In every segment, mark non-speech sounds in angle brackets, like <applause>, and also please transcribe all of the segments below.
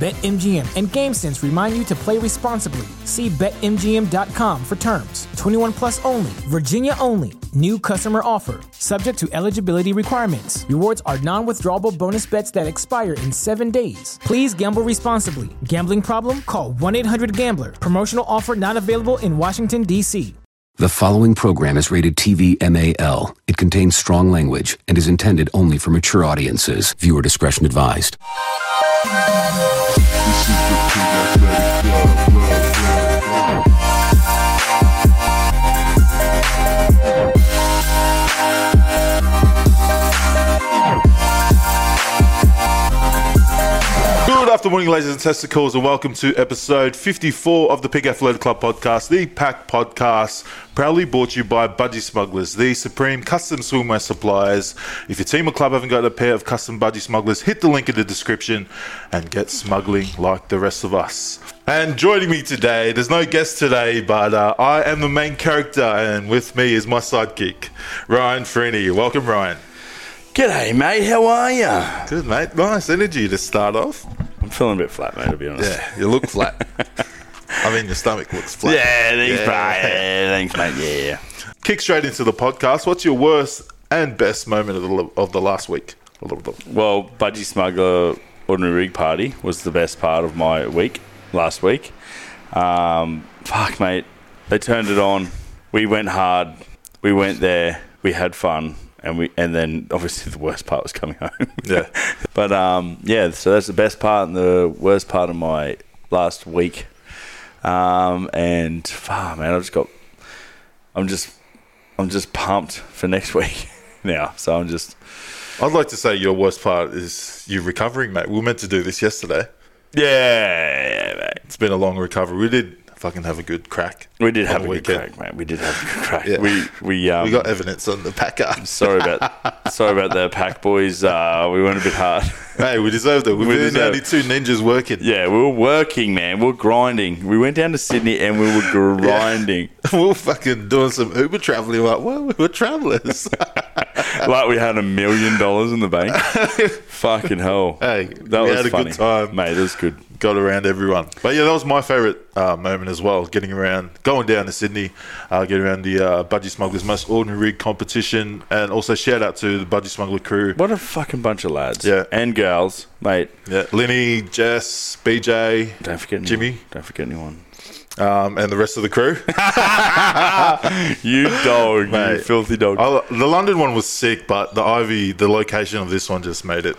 BetMGM and GameSense remind you to play responsibly. See BetMGM.com for terms. 21 plus only, Virginia only. New customer offer, subject to eligibility requirements. Rewards are non withdrawable bonus bets that expire in seven days. Please gamble responsibly. Gambling problem? Call 1 800 Gambler. Promotional offer not available in Washington, D.C. The following program is rated TV MAL. It contains strong language and is intended only for mature audiences. Viewer discretion advised. This is the King Athletic Club, Club, Club, Club. Good afternoon, ladies and testicles, and welcome to episode 54 of the Pig Athletic Club podcast, the Pack Podcast, proudly brought to you by Budgie Smugglers, the supreme custom swimwear suppliers. If your team or club haven't got a pair of custom Budgie Smugglers, hit the link in the description and get smuggling like the rest of us. And joining me today, there's no guest today, but uh, I am the main character, and with me is my sidekick, Ryan Freeney. Welcome, Ryan. G'day, mate. How are you? I'm Good, mate. Nice energy to start off. feeling a bit flat, mate. To be honest. Yeah, you look flat. <laughs> I mean, your stomach looks flat. Yeah, thanks, bro. Yeah, thanks, mate. Yeah, yeah. Kick straight into the podcast. What's your worst and best moment of the, of the last week? Well, Budgie Smuggler Ordinary Rig Party was the best part of my week last week. Um, fuck, mate. They turned it on. We went hard. We went there. We had fun. And we and then obviously the worst part was coming home. <laughs> Yeah. but um, yeah, so that's the best part and the worst part of my last week. Um, and fuck, man, I've just got I'm just I'm just pumped for next <laughs> week now. So I'm just I'd like to say your worst part is you recovering, mate. We were meant to do this yesterday. Yeah, mate. It's been a long recovery. We did fucking have a good crack. We did have on a the good weekend. crack, mate. We did have a good crack. Yeah. We we um We got evidence on the packer. <laughs> sorry about sorry about the pack boys. Uh we went a bit hard. <laughs> hey, we deserved it. We've We been the deserve- only two ninjas working. Yeah, we were working, man. We were grinding. We went down to Sydney and we <laughs> were grinding. <laughs> we were fucking doing some Uber traveling. Like, well, we were <laughs> travelers. like we had a million dollars in <laughs> the bank. Fucking hell. Hey, that we was had a funny. good time. Mate, it was good. got around everyone. But yeah, that was my favourite uh, moment as well. Getting around, going down to Sydney, uh, getting around the uh, Budgie Smugglers Most Ordinary Rig competition, and also shout out to the Budgie Smuggler crew. What a fucking bunch of lads. Yeah. And girls. Mate. Yeah, Lenny, Jess, BJ, Don't forget anyone. Jimmy, Don't forget anyone. um, and the rest of the crew. You dog, you Mate. filthy dog. I, the London one was sick, but the Ivy, the location of this one just made it.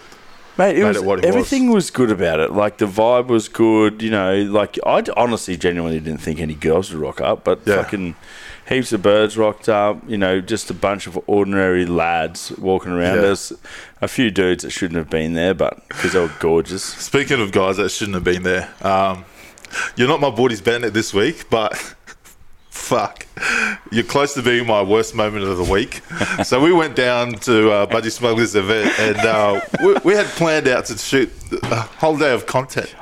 Mate, it made was, it what it everything was. good about it. Like the vibe was good, you know. Like I d- honestly, genuinely didn't think any girls would rock up, but Yeah. fucking heaps of birds rocked up. You know, just a bunch of ordinary lads walking around. Yeah. There's a few dudes that shouldn't have been there, but because they were gorgeous. Speaking of guys that shouldn't have been there, um, you're not my boardies bandit this week, but <laughs> fuck, you're close to being my worst moment of the <laughs> week. so we went down to uh, Budgie Smugglers event, and uh, we, we had planned out to shoot a whole day of content.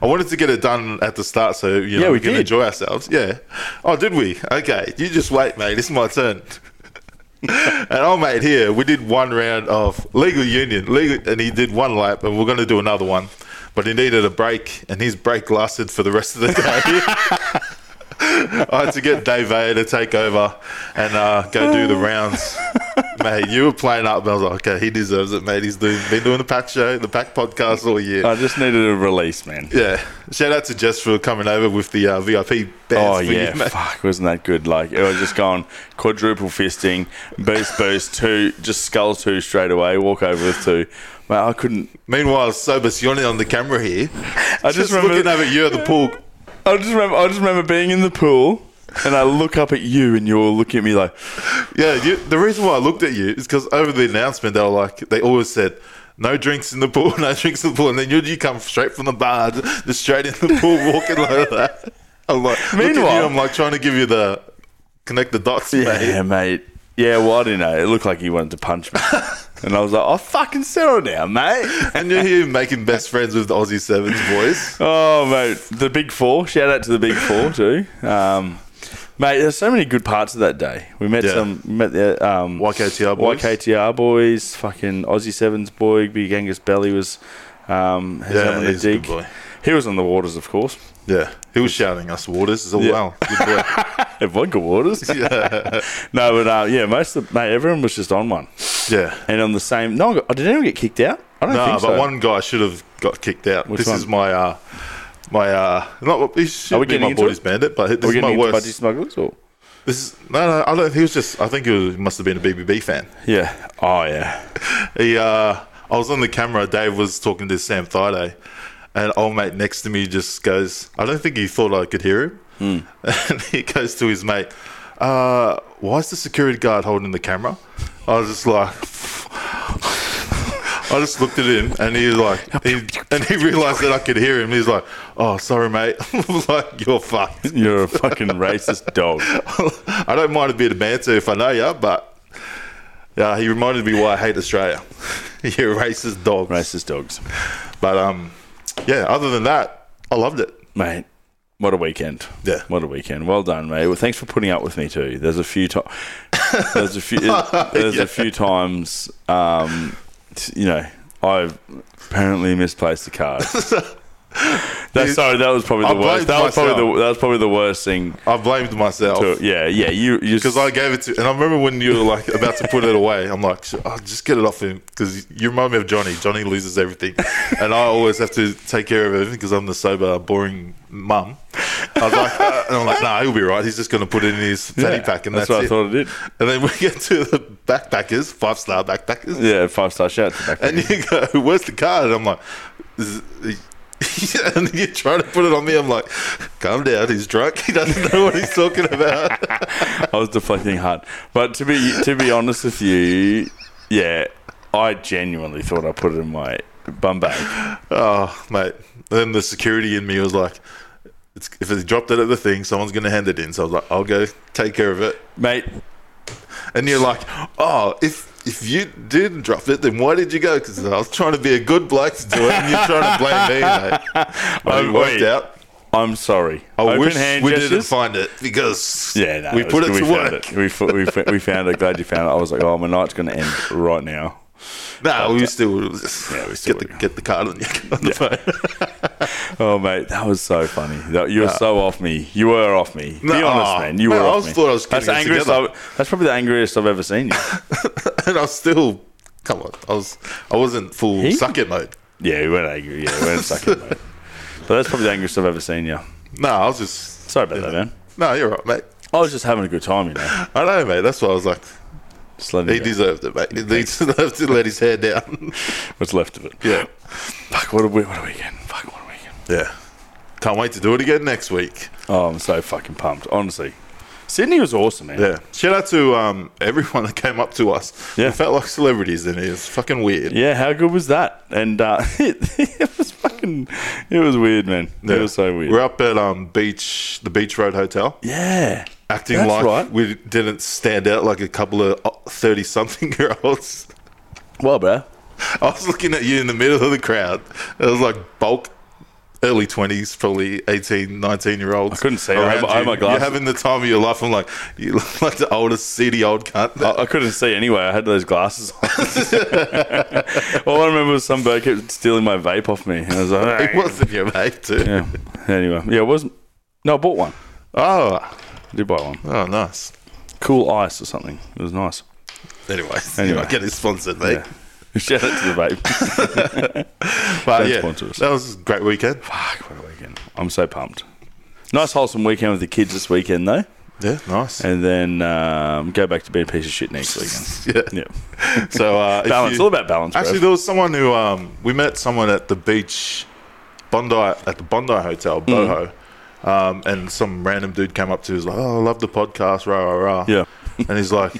I wanted to get it done at the start, so you know Yeah, we we, can did. enjoy ourselves. Yeah. Oh, did we? Okay, you just wait, mate. It's my turn. <laughs> and our mate here, we did one round of legal union, legal, and he did one lap, and we're going to do another one. But he needed a break, and his break lasted for the rest of the <laughs> day. I had to get Dave A to take over and uh, go do the <laughs> rounds. mate, you were playing up, and I was like, okay, he deserves it, mate. He's doing, been doing the pack show, the pack podcast all year. I just needed a release, man. Yeah. Shout out to Jess for coming over with the uh, VIP bands Oh for yeah, you, mate. fuck, wasn't that good? Like it was just going quadruple fisting, boost, boost, two, just skull two straight away, walk over with two. Mate, I couldn't. Meanwhile, Sober Sione on the camera here. I just just remember- looking over at you at the pool. I just remember, I just remember being in the pool, and I look up at you, and you're looking at me like, Yeah, you, the reason why I looked at you is because over the announcement, they were like, they always said, no drinks in the pool, <laughs> no drinks in the pool. And then you, you come straight from the bar, just straight in the pool, walking <laughs> like that. I'm like, look at Meanwhile- you, I'm like trying to give you the connect the dots, mate. Yeah, mate. Yeah, well, I didn't know. It looked like he wanted to <laughs> punch me. and I was like, oh, fucking settle down, mate. And you're here making best friends with the Aussie Sevens boys. Oh, mate. The Big Four. Shout out to the Big Four, too. Um, mate, there's so many good parts of that day. We met Yeah. some, we met the um, YKTR boys. YKTR boys, fucking Aussie Sevens boy, Big Angus Belly was um, he's Yeah, having a he's a good dig. boy. He was on the waters, of course. Yeah, he was shouting us, Waters. It's all Yeah. well. Good boy. At <laughs> Vodka Waters. <laughs> no, but uh, yeah, most of, mate, everyone was just on one. Yeah. And on the same, no, one got- did anyone get kicked out? I don't No, think but so. one guy should have got kicked out. Which this one? is my, uh, my, uh, not, he Are should we be getting my into boy's it? bandit, but Are this we is getting my into worst. budgie smugglers or? This is no, no. I don't. He was just. I think he, was, he must have been a BBB fan. Yeah. Oh yeah. He. Uh, I was on the camera. Dave was talking to Sam Thaiday, and old mate next to me just goes. I don't think he thought I could hear him. <laughs> And he goes to his mate. Uh, why is the security guard holding the camera? I was just like. <laughs> I just looked at him and he was like, he, and he realized that I could hear him. He's like, "Oh, sorry, mate." <laughs> I was like, "You're fucked." You're <laughs> a fucking racist dog. I don't mind a bit of banter if I know you, but yeah, he reminded me why I hate Australia. <laughs> You're racist dogs. Racist dogs, But um, yeah. Other than that, I loved it. mate. What a weekend. Yeah. What a weekend. Well done, mate. Well, thanks for putting up with me too. There's a few times. there's <laughs> a few. There's a few times. Um, t- you know, I apparently misplaced <laughs> the card. That's, sorry, that was probably I the blamed worst. That was probably myself. the, that was probably the worst thing. I blamed myself To, yeah, yeah. You because I gave it to. And I remember when you were like about to put it away. I'm like, oh, just get it off him because you remind me of Johnny. Johnny loses <laughs> everything, and I always have to take care of everything because I'm the sober, boring mum. I was like, uh, and I'm like, nah, he'll be right. He's just going to put it in his fanny Yeah, pack, and that's that's, what I it. thought I did. And then we <laughs> get to the backpackers, five star backpackers. Yeah, five star shout out to back. And you go, "Where's the card?" And I'm like, "Is- <laughs> and you're trying to put it on me. I'm like, "Calm down. He's drunk. <laughs> He doesn't know what he's talking about." <laughs> I was deflecting hard. But to be to be honest with you, yeah, I genuinely thought I put it in my bum bag. oh, mate. Then the security in me was like, it's, "If it's dropped it at the thing, someone's going to hand it in." So I was like, "I'll go take care of it." Mate, And you're like, "Oh, if." If you didn't drop it, then why did you go? Because I was trying to be a good bloke to do it, and you're trying to blame me, <laughs> mate. But it Oh, worked wait. out. I'm sorry. I Open wish hand we didn't gestures? find it because yeah, no, we was put good. it to we found work. It. We, fo- we, fo- we found it. Glad you found it. I was like, oh, my night's going to end right now. No, we still, Yeah, we still get, the, would've get the <laughs> card on, the- on the phone. <laughs> Oh, mate, that was so funny. That- You were so off me. You were off me. Be No, honest, man. You mate, were I off always me. thought I was that's, the getting it angriest together. I've- that's probably the angriest I've ever seen you. and I was still, come on, I was, I wasn't full He- suck it mode. <laughs> yeah, we weren't angry. Yeah, we weren't sucking, mate. <laughs> But that's probably the angriest I've ever seen you. No, I was just. Sorry about you that, know. man. No, you're right, mate. I was just having a good time, you know. I know, mate. That's why I was like, Just letting he it go. deserved it, mate. He deserved to let his hair down. <laughs> what's left of it. yeah, Fuck, what a, we- what a weekend. Fuck, what a weekend. yeah. Can't wait to do it again next week. Oh, I'm so fucking pumped, honestly. Sydney was awesome, man. Yeah. Shout out to um, everyone that came up to us. Yeah. We felt like celebrities in here. It's fucking weird. Yeah, how good was that? And uh, <laughs> it, was fucking, it was weird, man. It Yeah. was so weird. We're up at um, beach, the Beach Road Hotel. yeah. acting That's like right. we didn't stand out like a couple of uh, thirty <laughs> something year olds. Well, bro. I was looking at you in the middle of the crowd. It was like bulk, early twenties, probably 18, 19 year olds. I couldn't see. I had- around I had you. my glasses. You're having the time of your life. I'm like, you look like the oldest seedy old cunt. I, I couldn't see anyway. I had those glasses <laughs> on. All I remember was some bird kept stealing my vape off me. And I was like, it wasn't your mate, too. yeah. Anyway, yeah, it wasn't. No, I bought one. Oh, I did buy one. oh, nice. Cool ice or something. It was nice. Anyway, <laughs> Anyway. anyway, get it sponsored, mate. Yeah. <laughs> Shout out to the vape. <laughs> But Don't Uh, yeah, sponsor us. that was a great weekend. Fuck, what a weekend. I'm so pumped. Nice wholesome weekend with the kids this weekend though, Yeah, nice. and then um, go back to being a piece of shit next weekend. <laughs> yeah. Yeah, So uh, if balance. you- all about balance. Actually, Actually, there was someone who Mm. um, we met someone at the beach, Bondi at the Bondi Hotel, Boho, Um, and some random dude came up to us like, "Oh, I love the podcast, rah rah rah." Yeah. and he's like,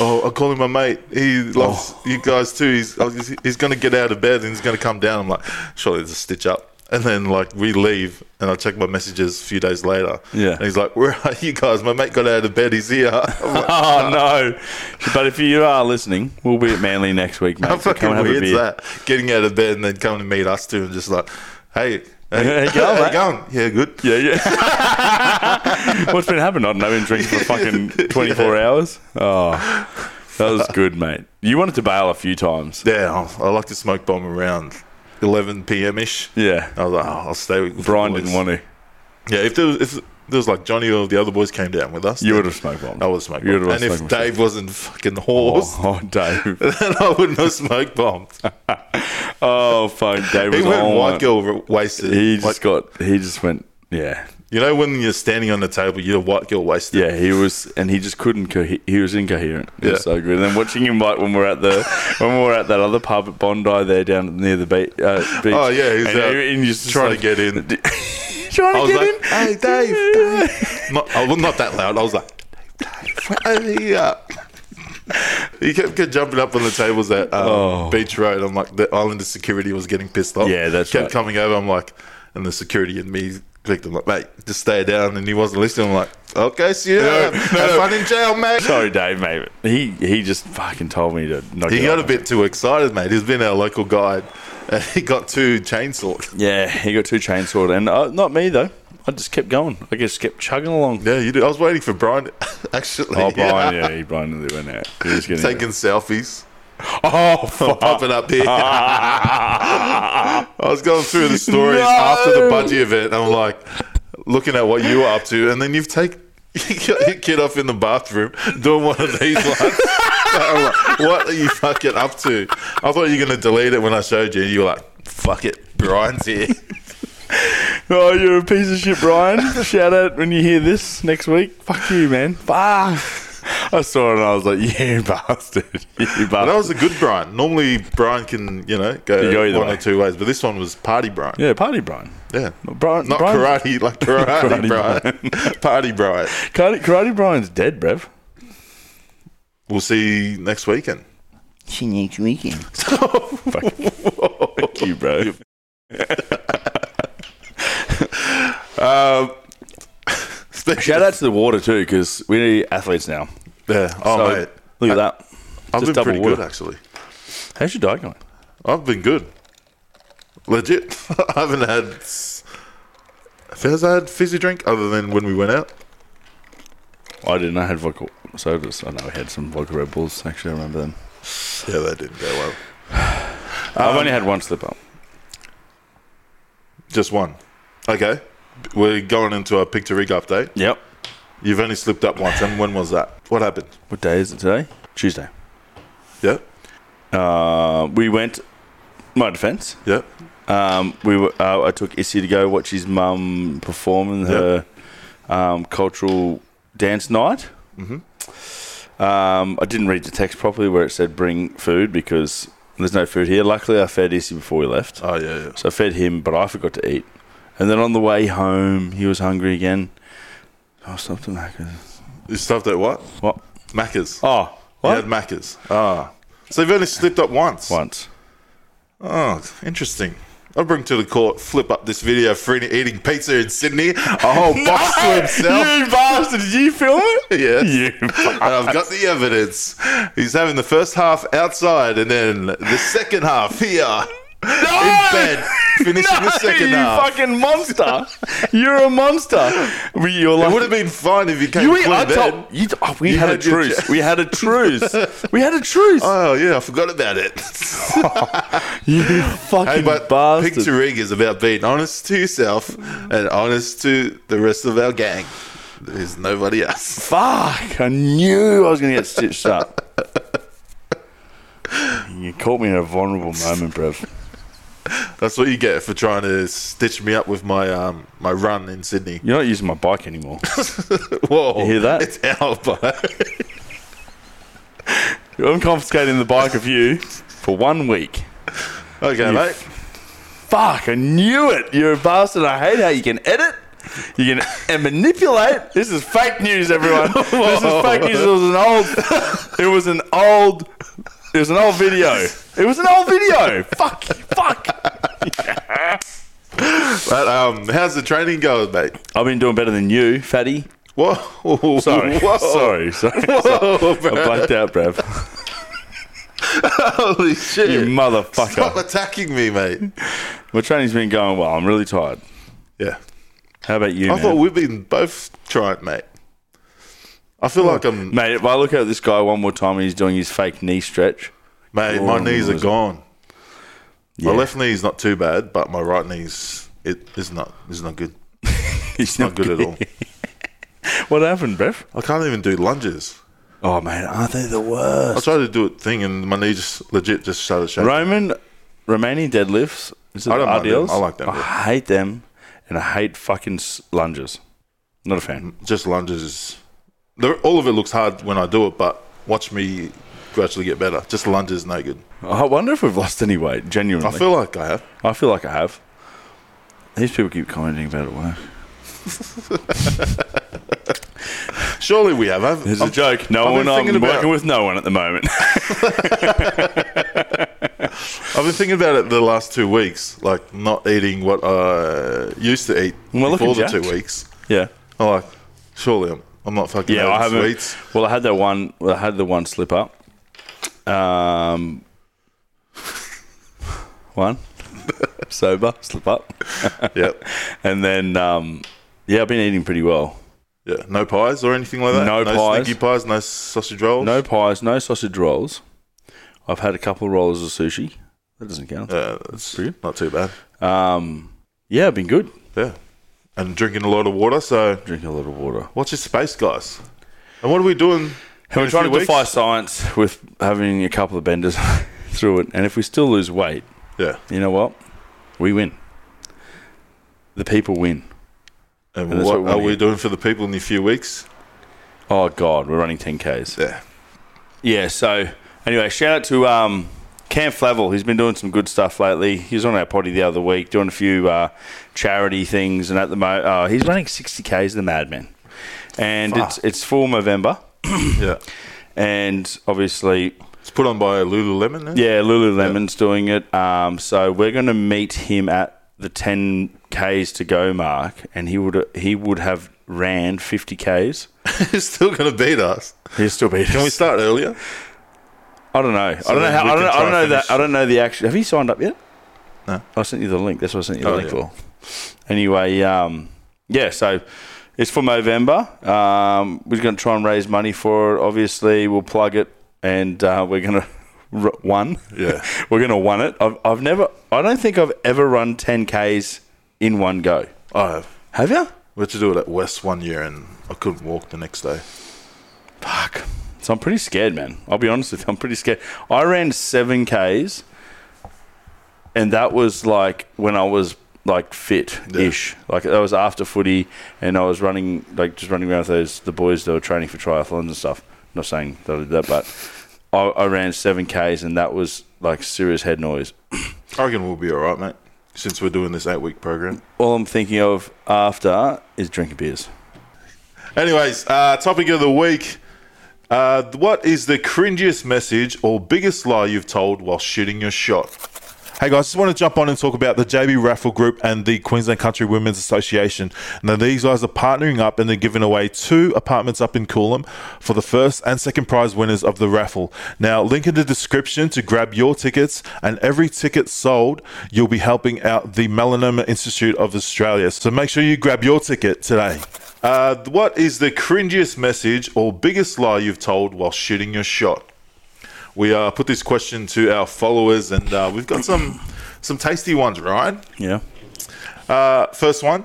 "Oh, I call him my mate. He loves Oh. you guys too. He's oh, he's- he's going to get out of bed and he's going to come down." I'm like, "Surely there's a stitch up." And then like we leave, and I check my messages a few days later. Yeah. and he's like, "Where are you guys? My mate got out of bed. He's here." <laughs> I'm like, Oh no! But if you are listening, we'll be at Manly next week, mate. How So fucking come and have a weird's beer. that? Getting out of bed and then coming to meet us two and just like, "Hey, hey, How you going, how mate?" going? Yeah, good." Yeah, yeah. <laughs> What's been happening? I don't know. I've been drinking for <laughs> fucking 24 hours. Oh, that was good, mate. You wanted to bail a few times. Yeah, I I like to smoke bomb around 11 p.m. ish. Yeah. I was like, oh, I'll stay with the Brian boys." didn't want to. Yeah, if there was if there was like Johnny or the other boys came down with us, You then would have smoked bombed. I would have smoked You bomb. would And have if smoked Dave wasn't fucking horse, Oh, <laughs> oh, Dave. <laughs> then I wouldn't have smoked bombed. Oh, fuck. Dave <laughs> He was went on white one. girl wasted. He just Like, got. He just went. Yeah, you know when you're standing on the table, you're white girl wasted. yeah. He was, and he just couldn't. Cohe- he was incoherent. It was Yeah. so good. And then watching him like when we're at <laughs> the when we we're at that other pub at Bondi there down near the beach. Uh, beach Oh, yeah, he was and, out he- and he's just trying to like- get in. trying I to was get like, in. hey, Dave, Dave. Not, oh, well, not that loud. I was like, Dave, Dave, over here. He kept, kept jumping up on the tables at um, Beach Road. I'm like, the Islander security was getting pissed off. Oh. Yeah, that's Kept right. coming over. I'm like, and the security and me clicked. I'm like, mate, just stay down. And he wasn't listening. I'm like, okay, see you. later. Have fun in jail, mate. Sorry, Dave, mate. but He he just fucking told me to not. He get got a up. bit too excited, mate. He's been our local guide. <laughs> And he got two chainsaws. <laughs> Yeah, he got two chainsawed, and uh, not me though. I just kept going. I just kept chugging along. Yeah, you did. I was waiting for Brian, <laughs> actually. <laughs> Oh, Brian, yeah, he Brian nearly went out. He was getting Taking selfies. oh <laughs> fuck. popping up here. I was going through the stories No. after the budgie event. I'm like, looking at what you were up to, and then you've taken <laughs> you got your kid off in the bathroom doing one of these ones. <laughs> I'm like, what are you fucking up to? I thought you were going to delete it when I showed you, and you were like, fuck it, Brian's here. Oh, you're a piece of shit, Brian. Shout out when you hear this next week. Fuck you, man. Fuck. I saw it and I was like, yeah, <laughs> bastard. You But that bastard. was a good Brian. Normally, Brian can, you know, go, You go either one way. or two ways, but this one was party Brian. Yeah, party, Brian. Yeah. Brian- Not Brian- karate, like <laughs> karate, Karate Brian. <laughs> party Brian. Karate, Karate Brian's dead, bruv. We'll see you next weekend. <laughs> See you next weekend. Fuck <laughs> you, bro. Shout out to the water, too, because we're athletes now. Yeah. Oh, So, mate. Look at that. I've Just been double pretty water. good, actually. How's your diet going? I've been good. Legit. <laughs> I haven't had. s- Has I had fizzy drink other than when we went out? I didn't. I had vodka sodas. I know I had some vodka Red Bulls. Actually, I remember them. Yeah, that didn't go well. I've only had one slip up. Just one. Okay. We're going into a picture rig update. Yep. You've only slipped up once, and when was that? What happened? What day is it today? Tuesday. Yeah. Uh, we went. My defence. Yeah. Um, we were, uh, I took Issy to go watch his mum perform in her um, cultural dance night. Mm-hmm. Um, I didn't read the text properly where it said bring food because there's no food here. Luckily, I fed Issy before we left. Oh, yeah, yeah. So I fed him, but I forgot to eat. And then on the way home, he was hungry again. Oh, something like You stuffed at what? What? Macca's. Oh, You what? had Macca's. Ah. So you've only slipped up once. Once. Oh, interesting. I'll bring to the court, flip up this video for any eating pizza in Sydney, a <laughs> whole box to himself. <laughs> You bastard! Did you film <laughs> it? Yes. <laughs> You And I've got the evidence. He's having the first half outside and then the second half here in bed, <laughs> finishing the second you half. fucking monster! You're a monster. We, you're it like, would have been fine if you came you, clean I then. told, you, oh, we You had, had a your truce. chance. We had a truce. we had a truce. Oh, yeah, I forgot about it. you hey, fucking but bastard! Picture Rig is about being honest to yourself and honest to the rest of our gang. There's nobody else. Fuck! I knew I was gonna get stitched up. you caught me in a vulnerable moment, bruv. That's what you get for trying to stitch me up with my um, my run in <laughs> Sydney. You're not using my <laughs> bike anymore. Whoa! You hear that? It's our <laughs> bike. I'm confiscating the bike of you for one week. okay, You mate. Fuck! I knew it. You're a bastard. I hate how you can edit. You can <laughs> and manipulate. This is fake <laughs> news, everyone. This is fake news. It was an old. It was an old. It was an old video. It was an old video. fuck. Fuck. But um, how's the training going, mate? I've been doing better than you, fatty. Whoa, <laughs> <laughs> Sorry. Whoa. Oh, Sorry. Sorry. Whoa, I bro. blacked out, <laughs> bruv. Holy shit! You Stop motherfucker. attacking me, mate. My training's been going well. I'm really tired. Yeah, How about you, I man? thought we've been both trying, mate. I feel like I'm, Mate, if I look at this guy one more time, he's doing his fake knee stretch. mate. My Oh, knees are was- gone. Yeah. My left knee's not too bad, but my right knee's it is not is not good. He's Not good at <laughs> all. What happened, bruv? I can't even do lunges. Oh, man, aren't they the I worst? tried to do a thing, and my knee just legit just started shaking. Roman, Romanian deadlifts. Is it I don't mind them. RDLs? I like them, I hate them, and I hate fucking s- lunges. Not a fan. Just lunges. is- they're- All of it looks hard when I do it, but watch me gradually get better. Just lunges, no good. I wonder if we've lost any weight, genuinely. I feel like I have. I feel like I have. These people keep commenting about it. Why? Surely we have. I've, It's I'm- a joke. No I've been one. I'm thinking working about- with no one at the moment. <laughs> I've been thinking about it the last two weeks, like not eating what I used to eat Well, look before the at two Jack. weeks. yeah. I'm like, surely I'm, I'm not fucking Yeah, eating I haven't. <laughs> sweets. Well, I had that one. well, I had the one slip up. Um, <laughs> <laughs> one sober slip up, yep. and then um, yeah, I've been eating pretty well. Yeah. No pies or anything like that. No pies. sneaky pies. No sausage rolls. No pies, no sausage rolls. I've had a couple of rolls of sushi. That doesn't count. Yeah, that's Pretty. not too bad. Um, yeah, I've been good. Yeah. And drinking a lot of water. So Drinking a lot of water. watch your space, guys. And what are we doing? And in we're a trying few to defy weeks? science with having a couple of benders <laughs> through it. And if we still lose weight, Yeah. you know what? We win. The people win. And, And that's what, what we are wanna we eat. doing for the people in a few weeks? Oh God, we're running 10ks. Yeah. Yeah. So anyway, shout out to um, Cam Flavel. He's been doing some good stuff lately. He was on our potty the other week doing a few uh, charity things, and at the moment uh, he's running 60ks. The Madman, and it's it's full November, Yeah. and obviously It's put on by Lululemon. eh? Yeah, Lululemon's doing it. Um, so we're going to meet him at the ten k's to go mark, and he would he would have ran fifty k's. <laughs> It's still going to beat us. He'll still be. Can we start earlier? I don't know. I don't know. then How, we I don't can know. I try don't know and that. I finish. don't know the action. Have you signed up yet? No. I sent you the link. That's what I sent you the Oh, link yeah. for. Anyway, um, yeah. So it's for November. Um, we're going to try and raise money for it. Obviously, we'll plug it, and uh, we're <laughs> going to. One, Yeah. <laughs> we're gonna one it. I've, I've never, I don't think I've ever run 10ks in one go. I have. Have you? We had to do it at West one year and I couldn't walk the next day. Fuck. So I'm pretty scared, man. I'll be honest with you. I'm pretty scared. I ran 7Ks, and that was like when I was like fit ish. Like that was after footy, and I was running, like just running around with those, the boys that were training for triathlons and stuff. Not saying that I did that, but I, I ran 7Ks, and that was like serious head noise. I reckon we'll be all right, mate, since we're doing this eight week program. All I'm thinking of after is drinking beers. Anyways, uh, topic of the week. Uh, what is the cringiest message or biggest lie you've told while shooting your shot? Hey guys, just want to jump on and talk about the JB Raffle Group and the Queensland Country Women's Association. Now, these guys are partnering up and they're giving away two apartments up in Coolum for the first and second prize winners of the raffle. Now, link in the description to grab your tickets, and every ticket sold, you'll be helping out the Melanoma Institute of Australia. So make sure you grab your ticket today. Uh, what is the cringiest message or biggest lie you've told while shooting your shot? We uh, put this question to our followers, and uh, we've got some some tasty ones, right? Yeah. Uh, first one,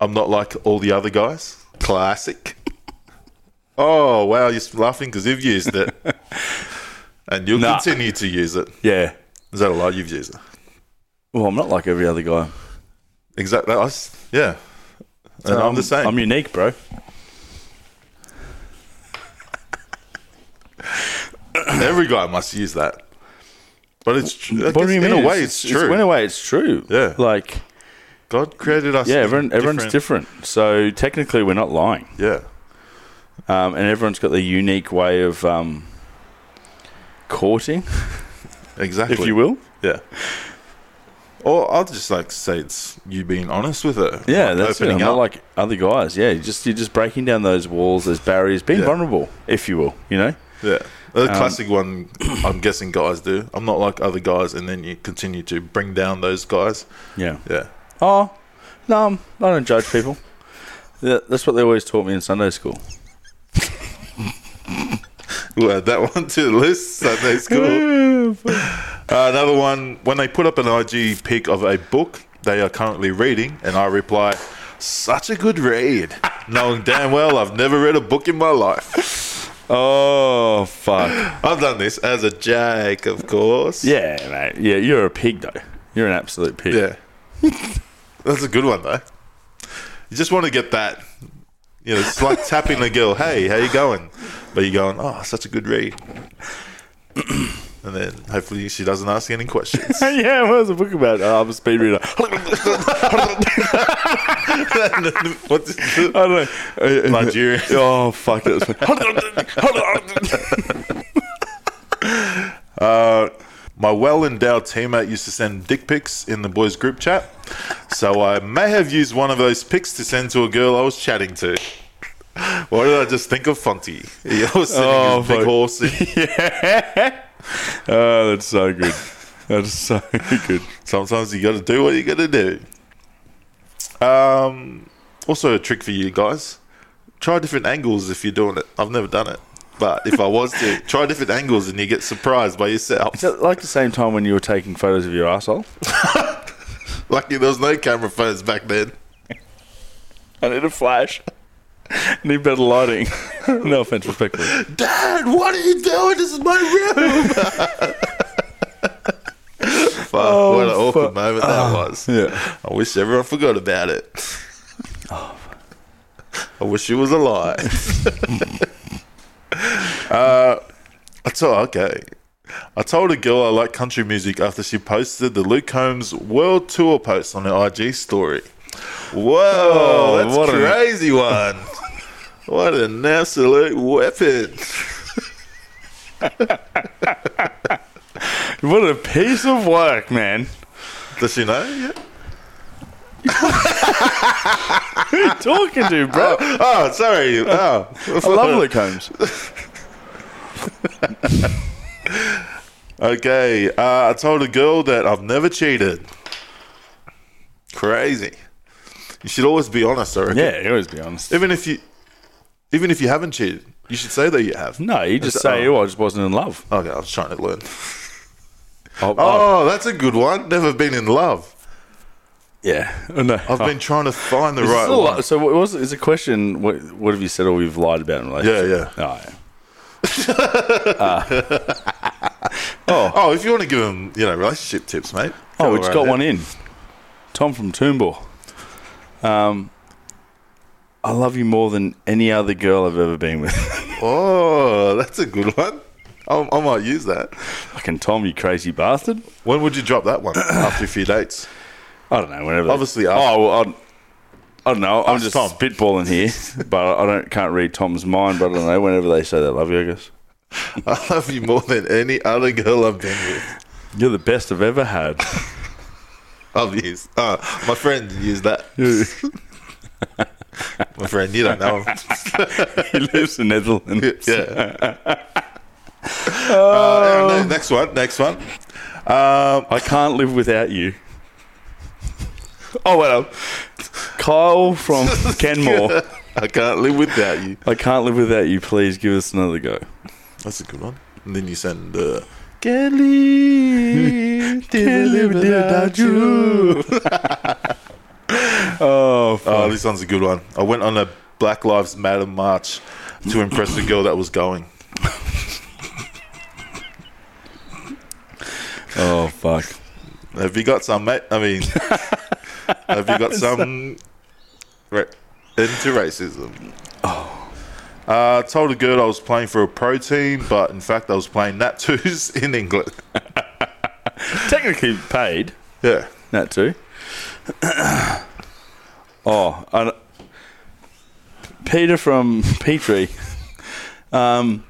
I'm not like all the other guys. Classic. Oh wow, you're laughing because you've used <laughs> it, and you'll Nah. continue to use it. Yeah. Is that a lie? You've used it. Well, I'm not like every other guy. Exactly. I s- Yeah. And I'm, the same. Um, I'm unique, bro. <clears throat> Every guy must use that. But it's true. But In a way, it's, It's, true. in a way, it's true. Yeah. Like, God created us. Yeah, in everyone, everyone's different. So technically, we're not lying. Yeah. Um, and everyone's got their unique way of um, courting, Exactly. if you will. Yeah. Or I'll just like say it's you being honest with her. Yeah, Like, that's it. I'm opening not up. like other guys. Yeah, you just you're just breaking down those walls, those barriers, being Yeah. vulnerable, if you will. You know. yeah. The Um, classic one I'm guessing guys do. I'm not like other guys and then you continue to bring down those guys. Yeah. Yeah. Oh, no, I'm- I don't judge people. Th- That's what they always taught me in Sunday school. We'll add that <laughs> one to the list. Sunday school. <laughs> uh, another one when they put up an IG pic of a book they are currently reading, and I reply, such a good read. Knowing damn well I've never read a book in my life. Oh fuck! I've done this as a Jake, of course. yeah, mate. Yeah, you're a pig though. You're an absolute pig. Yeah. <laughs> That's a good one though. You just want to get that. You know, it's like tapping the girl, hey, how you going? But you're going, oh, such a good read. and then hopefully she doesn't ask any questions. <laughs> <laughs> yeah. What was the book about? Oh, I'm a speed reader. I What's don't know. Nigerian. Uh, <laughs> Oh fuck! That was funny. <laughs> Uh, My well endowed teammate used to send dick pics in the boys' group chat. So I may have used one of those pics to send to a girl I was chatting to. <laughs> What did I just think of Fonty? He was sending Oh, his big fuck. horse in. yeah. Oh, that's so good. That's so <laughs> good. sometimes you got to do what you got to do. Um, also, a trick for you guys: try different angles if you're doing it. I've never done it, but if I was to, try different angles and you get surprised by yourself. Is that like the same time when you were taking photos of your asshole? <laughs> Lucky there was no camera phones back then. I need a flash. need better lighting. <laughs> no offense, respectfully. Dad, what are you doing? This is my room. <laughs> Fuck, what an awkward moment that was. Yeah. <laughs> I wish everyone forgot about it. I wish it was a lie. <laughs> uh, I told okay. I told a girl I like country music after she posted the Luke Combs World Tour post on her IG story. Whoa, that's what a- crazy one. what an absolute weapon. What a piece of work, man. Does she know? Yeah. Talking to, bro. Oh, sorry. Oh, <laughs> I love Luke <laughs> Holmes. Okay, uh, I told a girl that I've never cheated. Crazy. You should always be honest, I reckon. Yeah, you always be honest. Even if you, even if you haven't cheated, you should say that you have. no, you just It's- say, oh. oh, I just wasn't in love. Okay, I was trying to learn. Oh, oh, Oh, that's a good one. Never been in love. yeah. Oh, no. I've been trying to find the Is this right a one. li- so, what was is a question? What what have you said or you've lied about in relation? Yeah, yeah. Oh, yeah. Oh, if you want to give them, you know, relationship tips, mate. Oh, go we just right got ahead. one in. Tom from Toomba. Um, I love you more than any other girl I've ever been with. <laughs> Oh, that's a good one. I, I might use that. Fucking Tom, you crazy bastard. When would you drop that <coughs> one? After a few dates. I don't know. Whenever. Obviously, oh, after- well, I, I don't know. I'm Ask just Tom. spitballing here, but I don't can't read Tom's mind. But I don't know. Whenever they say they love you, I guess <laughs> I love you more than any other girl I've been with. you're the best I've ever had. <laughs> I've used. Uh, my friend used that. my friend, you don't know him. <laughs> he lives in Netherlands. yeah. Uh, no, next one. Next one. Um, I can't live without you. Oh well, Kyle from Kenmore. I can't live without you. I can't live without you. Please give us another go. That's a good one. And then you send. Uh, Can't <laughs> live, can't live without you. <laughs> oh, fuck. oh, this one's a good one. I went on a Black Lives Matter march to impress the girl that was going. oh fuck. Have you got some, mate? I mean, have you got some ra- into racism? Oh. Uh, told a girl I was playing for a pro team, but in fact I was playing Nat 2s <laughs> in England. Technically paid. Yeah. That too. <coughs> oh, I, Peter from Petrie um,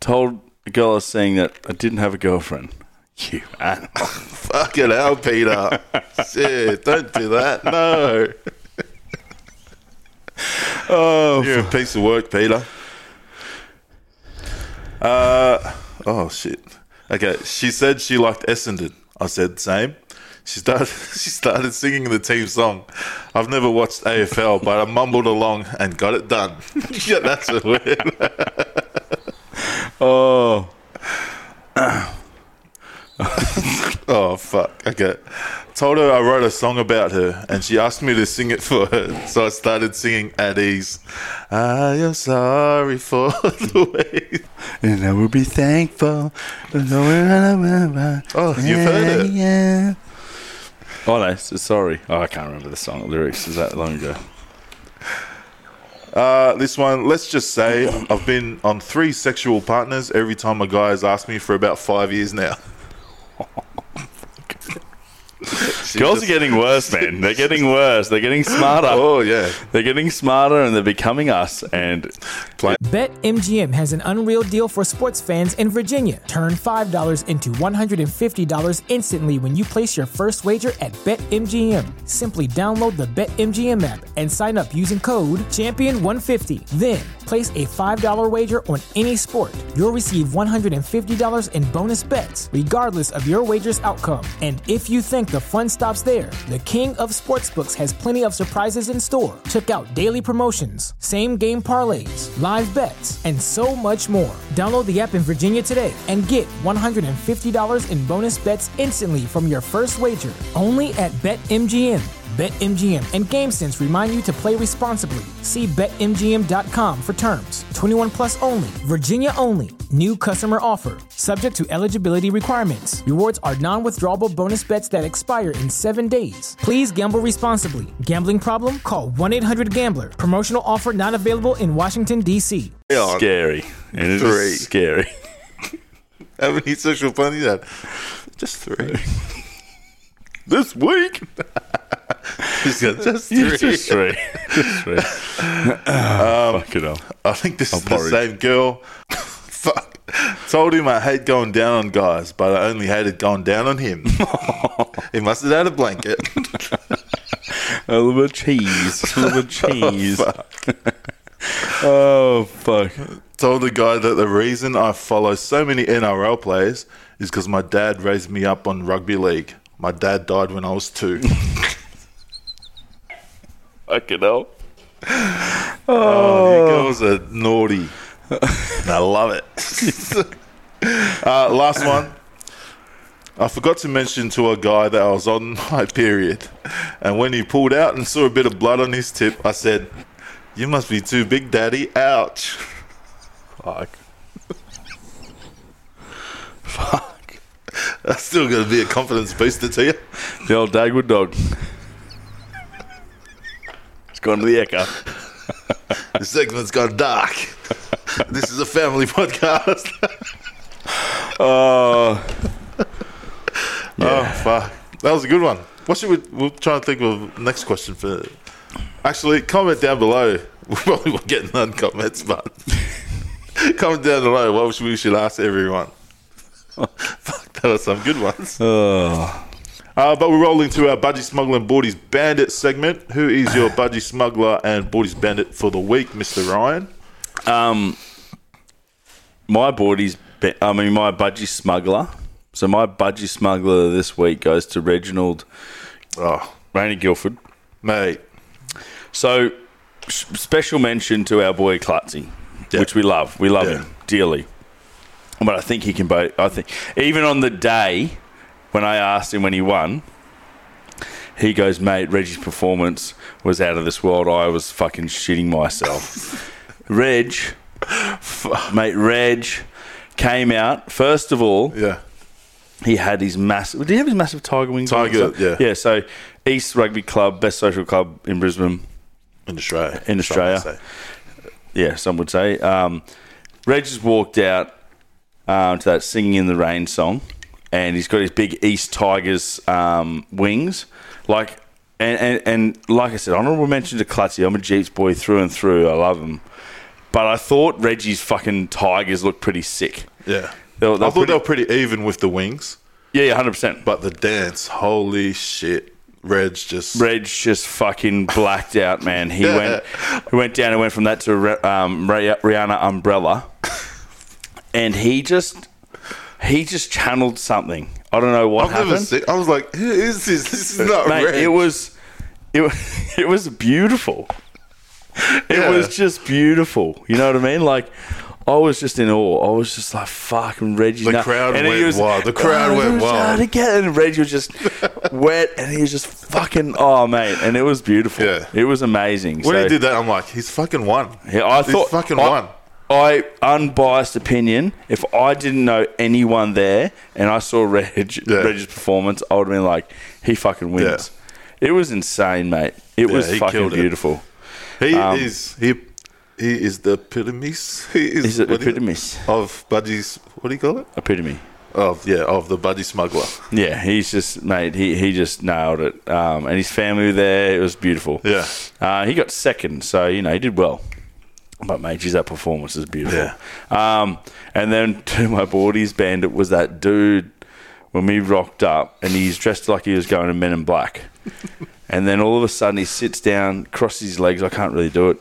told a girl I was seeing that I didn't have a girlfriend. You animal. Fucking hell, <laughs> Peter. Shit, don't do that. No. Oh, You're a piece of work, Peter. Uh, oh shit. Okay, she said she liked Essendon. I said same. She started. <laughs> She started singing the team song. I've never watched AFL, but I mumbled along and got it done. <laughs> yeah, that's a win. <laughs> oh. Oh fuck. Okay. Told her I wrote a song about her, and she asked me to sing it for her. <laughs> So I started singing at ease. I am sorry for <laughs> the way And I will be thankful. Oh, you've heard it. Yeah. Oh, no, so sorry. Oh, I can't remember the song the lyrics. Is that long ago? Uh, this one, let's just say I've been on three sexual partners every time a guy has asked me for about five years now. She Girls are just- getting worse, man. They're getting worse. They're getting smarter. Oh, yeah. They're getting smarter and they're becoming us. And BetMGM has an unreal deal for sports fans in Virginia. Turn $5 into $150 instantly when you place your first wager at BetMGM. Simply download the BetMGM app and sign up using code Champion150. Then place a $5 wager on any sport. You'll receive $150 in bonus bets, regardless of your wager's outcome. And if you think the fun stops there, the King of Sportsbooks has plenty of surprises in store. Check out daily promotions, same game parlays, live bets, and so much more. Download the app in Virginia today and get $150 in bonus bets instantly from your first wager only at BetMGM. BetMGM and GameSense remind you to play responsibly. See BetMGM.com for terms. 21 plus only. Virginia only. New customer offer. Subject to eligibility requirements. Rewards are non withdrawable bonus bets that expire in seven days. Please gamble responsibly. Gambling problem? Call 1 800 Gambler. Promotional offer not available in Washington, D.C. Yeah, scary. And it Three. is scary. How many sexual partners you had? Just three. <laughs> this week? Just got <laughs> just three. It's just three. Just <laughs> three. Ah, Fucking hell. I think this is porridge. the same girl. <laughs> Fuck. Told him I hate going down on guys, but I only hated going down on him. he must have had a blanket. A little bit of cheese. A little bit <laughs> of cheese. <laughs> oh, fuck. told the guy that the reason I follow so many NRL players is because my dad raised me up on rugby league. My dad died when I was two. <laughs> Fucking hell. Oh, you girls are naughty. And I love it. uh, last one. I forgot to mention to a guy that I was on my period. And when he pulled out and saw a bit of blood on his tip, I said, You must be too big, daddy. Ouch. Fuck. <laughs> That's still going to be a confidence booster to you. The old Dagwood dog. It's gone to the echo. The segment's gone dark. this is a family podcast. <laughs> Oh. Oh fuck, that was a good one. What should we? We'll try and think of next question for. Actually, comment down below. <laughs> We probably will get none comments, but <laughs> comment down below what should we should ask everyone. fuck, that was some good ones. Uh, but we're rolling to our budgie smuggler and Bordy's bandit segment. Who is <laughs> your budgie smuggler and Bordy's bandit for the week, Mister Ryan? Um, my boardie's, be- I mean, my budgie smuggler. So my budgie smuggler this week goes to Reginald Oh, Rainey Guilford. mate, So s- special mention to our boy Clutzy, Yeah. which we love. We love Yeah. him dearly. But I think he can both. I think even on the day when I asked him when he won, he goes, "Mate, Reggie's performance was out of this world. I was fucking shitting myself." <laughs> Reg, mate, Reg came out first of all yeah, he had his massive. Did he have his massive tiger wings? on Tiger, and stuff? yeah. yeah. So East Rugby Club, best social club in Brisbane. in Australia, In Australia. Some would say. Yeah, some would say. Um, Reg has walked out um, to that "Singing in the Rain" song, and he's got his big East Tigers um, wings Like, and, and, and like I said, honourable mention to Clutzy. I'm a Jeeps boy through and through. I love him. But I thought Reggie's fucking Tigers looked pretty sick. Yeah. They were- they I were thought pretty- they were pretty even with the wings, Yeah, yeah, 100%. but the dance, holy shit. Reg just. Reg just fucking blacked out, man. He Yeah. <laughs> went, he went down and went from that to Re- um, Ri- Rihanna Umbrella, and he just, he just channeled something. I don't know what I've never happened. seen. I was like, who is this? This is not Mate, Reg. it was, it, <laughs> wa- it was beautiful. It Yeah. was just beautiful. You know what I mean? Like, I was just in awe. I was just like, fucking Reggie. The no-" crowd he went wild. The crowd "Oh, went it was wild." hard Again. And Reggie <laughs> was just wet and he was just fucking, oh, mate. And it was beautiful. Yeah. It was amazing. When so, he did that, I'm like, he's fucking won. Yeah, I he's thought. fucking I, won. I, unbiased opinion, if I didn't know anyone there and I saw Reg, Yeah. Reg's performance, I would have been like, he fucking wins. It was insane, mate. It Yeah, was he fucking killed it. beautiful. He Um, is he he is the epitome. <laughs> He is, He's an what is it? epitome. of budgies. What do you call it? Epitome. Of yeah, of the budgie <laughs> smuggler. Yeah, he's just mate. He he just nailed it. Um, and his family were there. It was beautiful. Yeah. uh, he got second, so you know he did well. But mate, geez, that performance is beautiful. Um, and then <laughs> to my boardies bandit was that dude when we rocked up, and he's dressed like he was going to Men in Black. and then all of a sudden he sits down, crosses his legs. I can't really do it.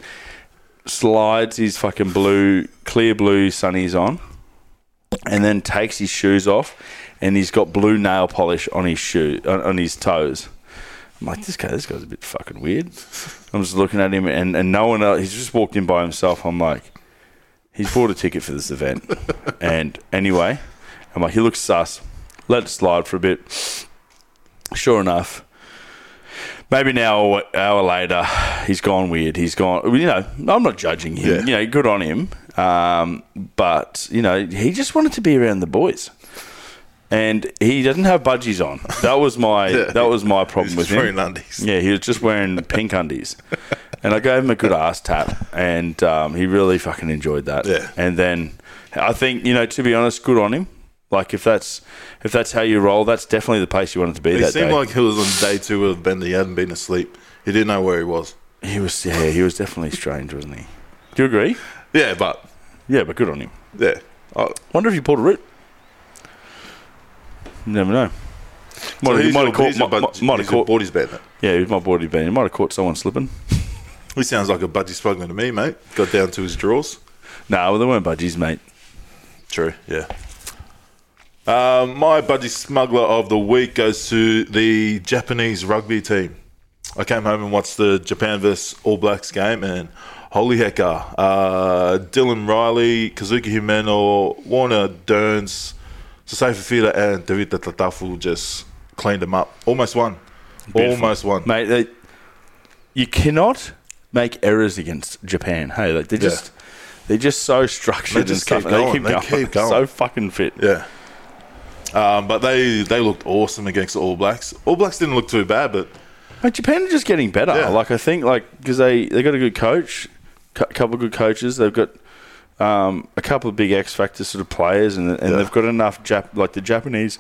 Slides his fucking blue, clear blue sunnies on and then takes his shoes off, and he's got blue nail polish on his shoe on, on his toes. I'm like, this guy, this guy's a bit fucking weird. <laughs> I'm just looking at him, and, and no one else. He's just walked in by himself. I'm like, he's bought a ticket for this <laughs> event, and anyway, I'm like, he looks sus. Let it slide for a bit. Sure enough, maybe an hour hour later, he's gone weird. He's gone. You know, I'm not judging him. Yeah. You know, good on him. Um, but you know, he just wanted to be around the boys, and he doesn't have budgies on. That was <laughs> my that was my problem He's with just him. wearing undies. Yeah, he was <laughs> just wearing pink undies, and I gave him a good ass tap, and um, he really fucking enjoyed that. Yeah. And then I think you know, to be honest, good on him. Like if that's if that's how you roll, that's definitely the place you wanted to be. He that seemed day. like he was on day two of Bender. He hadn't been asleep. He didn't know where he was. He was yeah, he was definitely strange, wasn't he? Do you agree? Yeah, but Yeah, but good on him. yeah, I, Wonder if he pulled a root. You never know. Might, so have- he he's might your- have caught. he's your Might, budgie- might- might he's have your caught. boardies bandit. Yeah, he might have already been. He might have caught someone slipping. He sounds like a budgie smuggler to me, mate. Got down to his drawers. No, nah, well, they weren't budgies, mate. True. Yeah. Um, my budgie smuggler of the week goes to the Japanese rugby team. I came home and watched the Japan versus All Blacks game, and holy hecker, uh, Dylan Riley, Kazuki Himeno, Warner Derns, Sasei Fafita, and David Tatafu just cleaned them up. Almost won. Almost won. Mate, they, you cannot make errors against Japan. Hey, like they're Yeah. just they're just so structured They just and stuff. keep going, and they keep going. <laughs> So fucking fit. Yeah. Um, but they they looked awesome against the All Blacks. All Blacks didn't look too bad, but Mate, Japan are just getting better. Yeah. Like I think, like because they they got a good coach, a couple of good coaches. They've got um, a couple of big X factor sort of players, and and Yeah. they've got enough Jap. Like the Japanese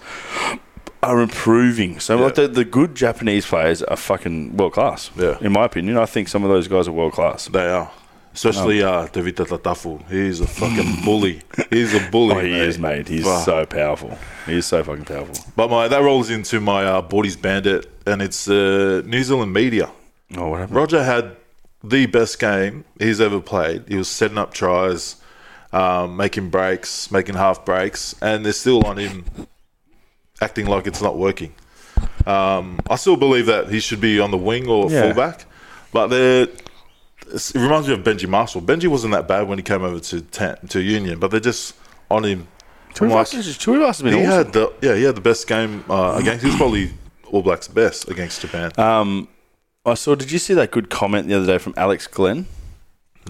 are improving. So like Yeah. the, the good Japanese players are fucking world class. Yeah. in my opinion, I think some of those guys are world class. They are. Especially uh, David Tatafu. He's a fucking bully. He's a bully. <laughs> Oh, he is, mate. He's Fuck. so powerful. He is so fucking powerful. But my that rolls into my uh, Bordies Bandit, and it's uh, New Zealand media. Oh, what happened? Roger had the best game he's ever played. He was setting up tries, um, making breaks, making half breaks, and they're still on him acting like it's not working. Um, I still believe that he should be on the wing or Yeah. fullback, but they're. It reminds me of Benji Marshall. Benji wasn't that bad when he came over to ta to Union, but they're just on him. I'm like, Tuivasa has- Tuivasa has been he awesome. had the yeah, he had the best game uh, against. He was probably All Blacks' best against Japan. I saw. Did you see that good comment the other day from Alex Glenn?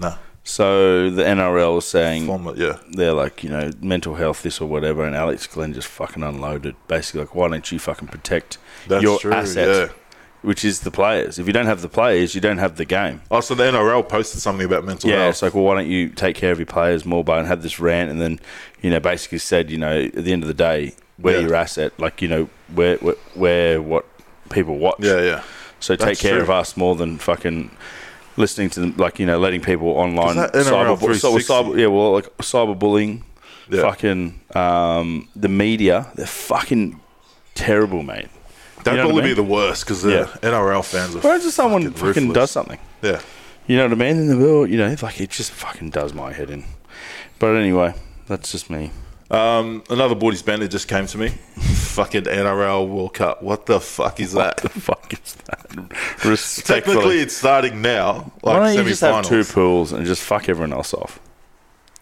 no, So the NRL was saying former, yeah, they're like, you know, mental health, this or whatever, and Alex Glenn just fucking unloaded. Basically, like, why don't you fucking protect That's your true, assets, yeah. which is the players? If you don't have the players, you don't have the game. Oh, so the NRL posted something about mental Yeah, health. it's like, well, why don't you take care of your players more by and had this rant, and then, you know, basically said, you know, at the end of the day, we're Yeah. your asset. Like, you know, we're, we're, we're what people watch. Yeah, yeah. So take That's care true. of us more than fucking listening to them, like you know, letting people online that NRL cyber, bu- so- well, 360? cyber, yeah, well, like cyberbullying, Yeah. fucking um, the media, they're fucking terrible, mate. That'd You know what I probably be mean? the worst because the Yeah. NRL fans are. Whereas if someone fucking fucking ruthless. does something, Yeah. you know what I mean? In the world, you know, like it just fucking does my head in. But anyway, that's just me. <laughs> Um, another Bordy's banner just came to me. <laughs> fucking NRL World Cup. What the fuck is that? The fuck is that? Respectfully, <laughs> Technically, it's starting now. Like why don't semifinals. you just have two pools and just fuck everyone else off?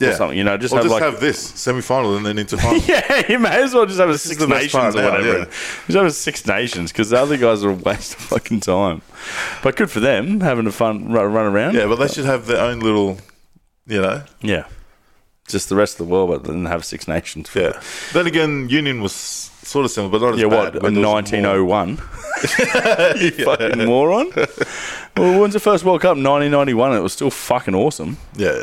yeah. something, you know, just or have, just like- have this semi final and then into final. <laughs> <laughs> Yeah, you may as well just have a Six the best Nations part or now, whatever. yeah. Just have a Six Nations because the other guys are a waste of fucking time. But good for them having a fun run, run around. Yeah, but they should have their own little, you know. yeah. Just the rest of the world, but then have Six Nations. For Yeah. Then again, Union was sort of similar, but not as Yeah, bad. what? oh but In there was <laughs> 1901? more- yeah. <laughs> Fucking moron. Well, when's the first World Cup? 1991. It was still fucking awesome. yeah.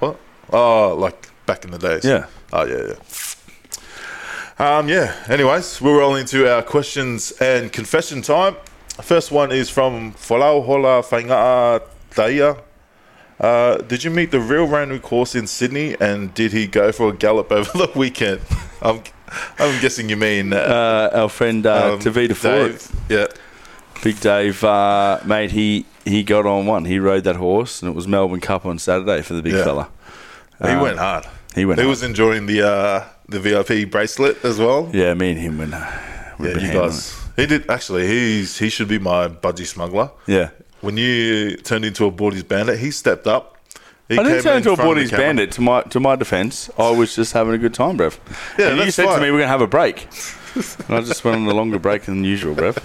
What? Oh, like back in the days. Yeah. Oh yeah, yeah. Um, yeah. Anyways, we're rolling into our questions and confession time. First one is from Falau Hola Fangaa Taia. Uh, did you meet the real Randu course in Sydney and did he go for a gallop <laughs> over the weekend? I'm, I'm guessing you mean uh, Uh, our friend uh, um, Tavita Ford. Dave. Yeah. Big Dave, uh, mate, he, he got on one. He rode that horse, and it was Melbourne Cup on Saturday for the big Yeah. fella. He went hard. Um, he went He hard. was enjoying the uh, the VIP bracelet as well. Yeah, me and him went. Uh, we've Yeah, been you handling guys. He did actually. He's he should be my budgie smuggler. it. Yeah. When you turned into a Bordy's bandit, he stepped up. He I didn't came turn in into a front of boardies the camera. bandit. To my to my defence, I was just having a good time, bruv. Yeah, and you that's said to fine. me we're gonna have a <laughs> break, and I just went on a longer break than usual, bruv.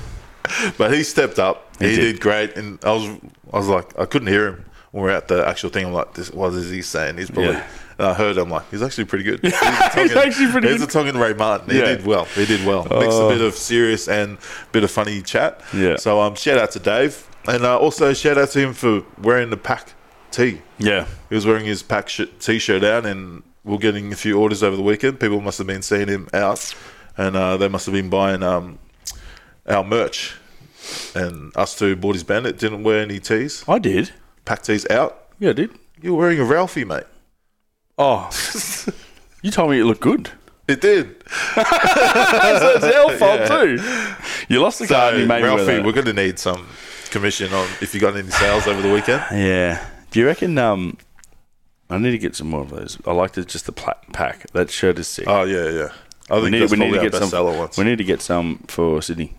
But he stepped up. He, did. did. great, and I was I was like I couldn't hear him when we are at the actual thing. I'm like, this, what is he saying? He's probably. Yeah. And I heard. I'm like, he's actually pretty <laughs> good. he's, actually pretty He's good. a Tongan Ray Martin. He Yeah. Oh. did well. He did well. Mixed a bit of serious and bit of funny chat. Yeah. So um, shout out to Dave, and uh, also shout out to him for wearing the pack tee. Yeah, He was wearing his pack sh- t-shirt out, and we're getting a few orders over the weekend. People must have been seeing him out, and uh, they must have been buying um, our merch. And us two, Bordy's Bandit, didn't wear any tees. I did. Pack tees out. Yeah, I did. You were wearing a Ralphie, mate. Oh, <laughs> you told me it looked <laughs> good. It did. So it's our fault too. You lost the card. and So, You made me wear Ralphie, that. we're going to need some commission on if you got any sales over the <laughs> weekend. Yeah. Do you reckon? Um, I need to get some more of those. I like the just the pla- pack. That shirt is sick. Oh yeah, yeah. I think we need, that's we probably need to our get best some. seller ones. We need to get some for Sydney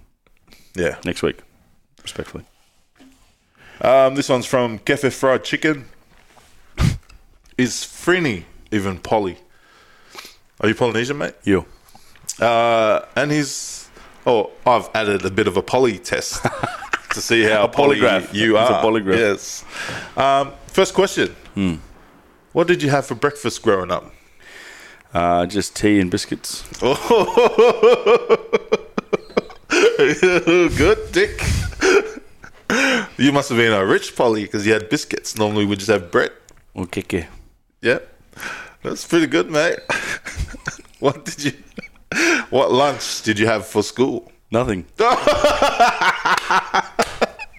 yeah. next week. Respectfully. Um, this one's from Kefir Fried Chicken. <laughs> Is Frini even Polly? Are you Polynesian, mate? You. Uh, and he's. Oh, I've added a bit of a poly test <laughs> to see how A poly polygraph. you It's a are. polygraph. Hmm. Yes. Um, first question. What did you have for breakfast growing up? <laughs> Uh, just tea and biscuits. Good dick. <laughs> you must have been a rich poly because you had biscuits. Normally we just have bread. Or keke. Yep. That's pretty good, mate. <laughs> what did you What lunch did you have for school? Nothing.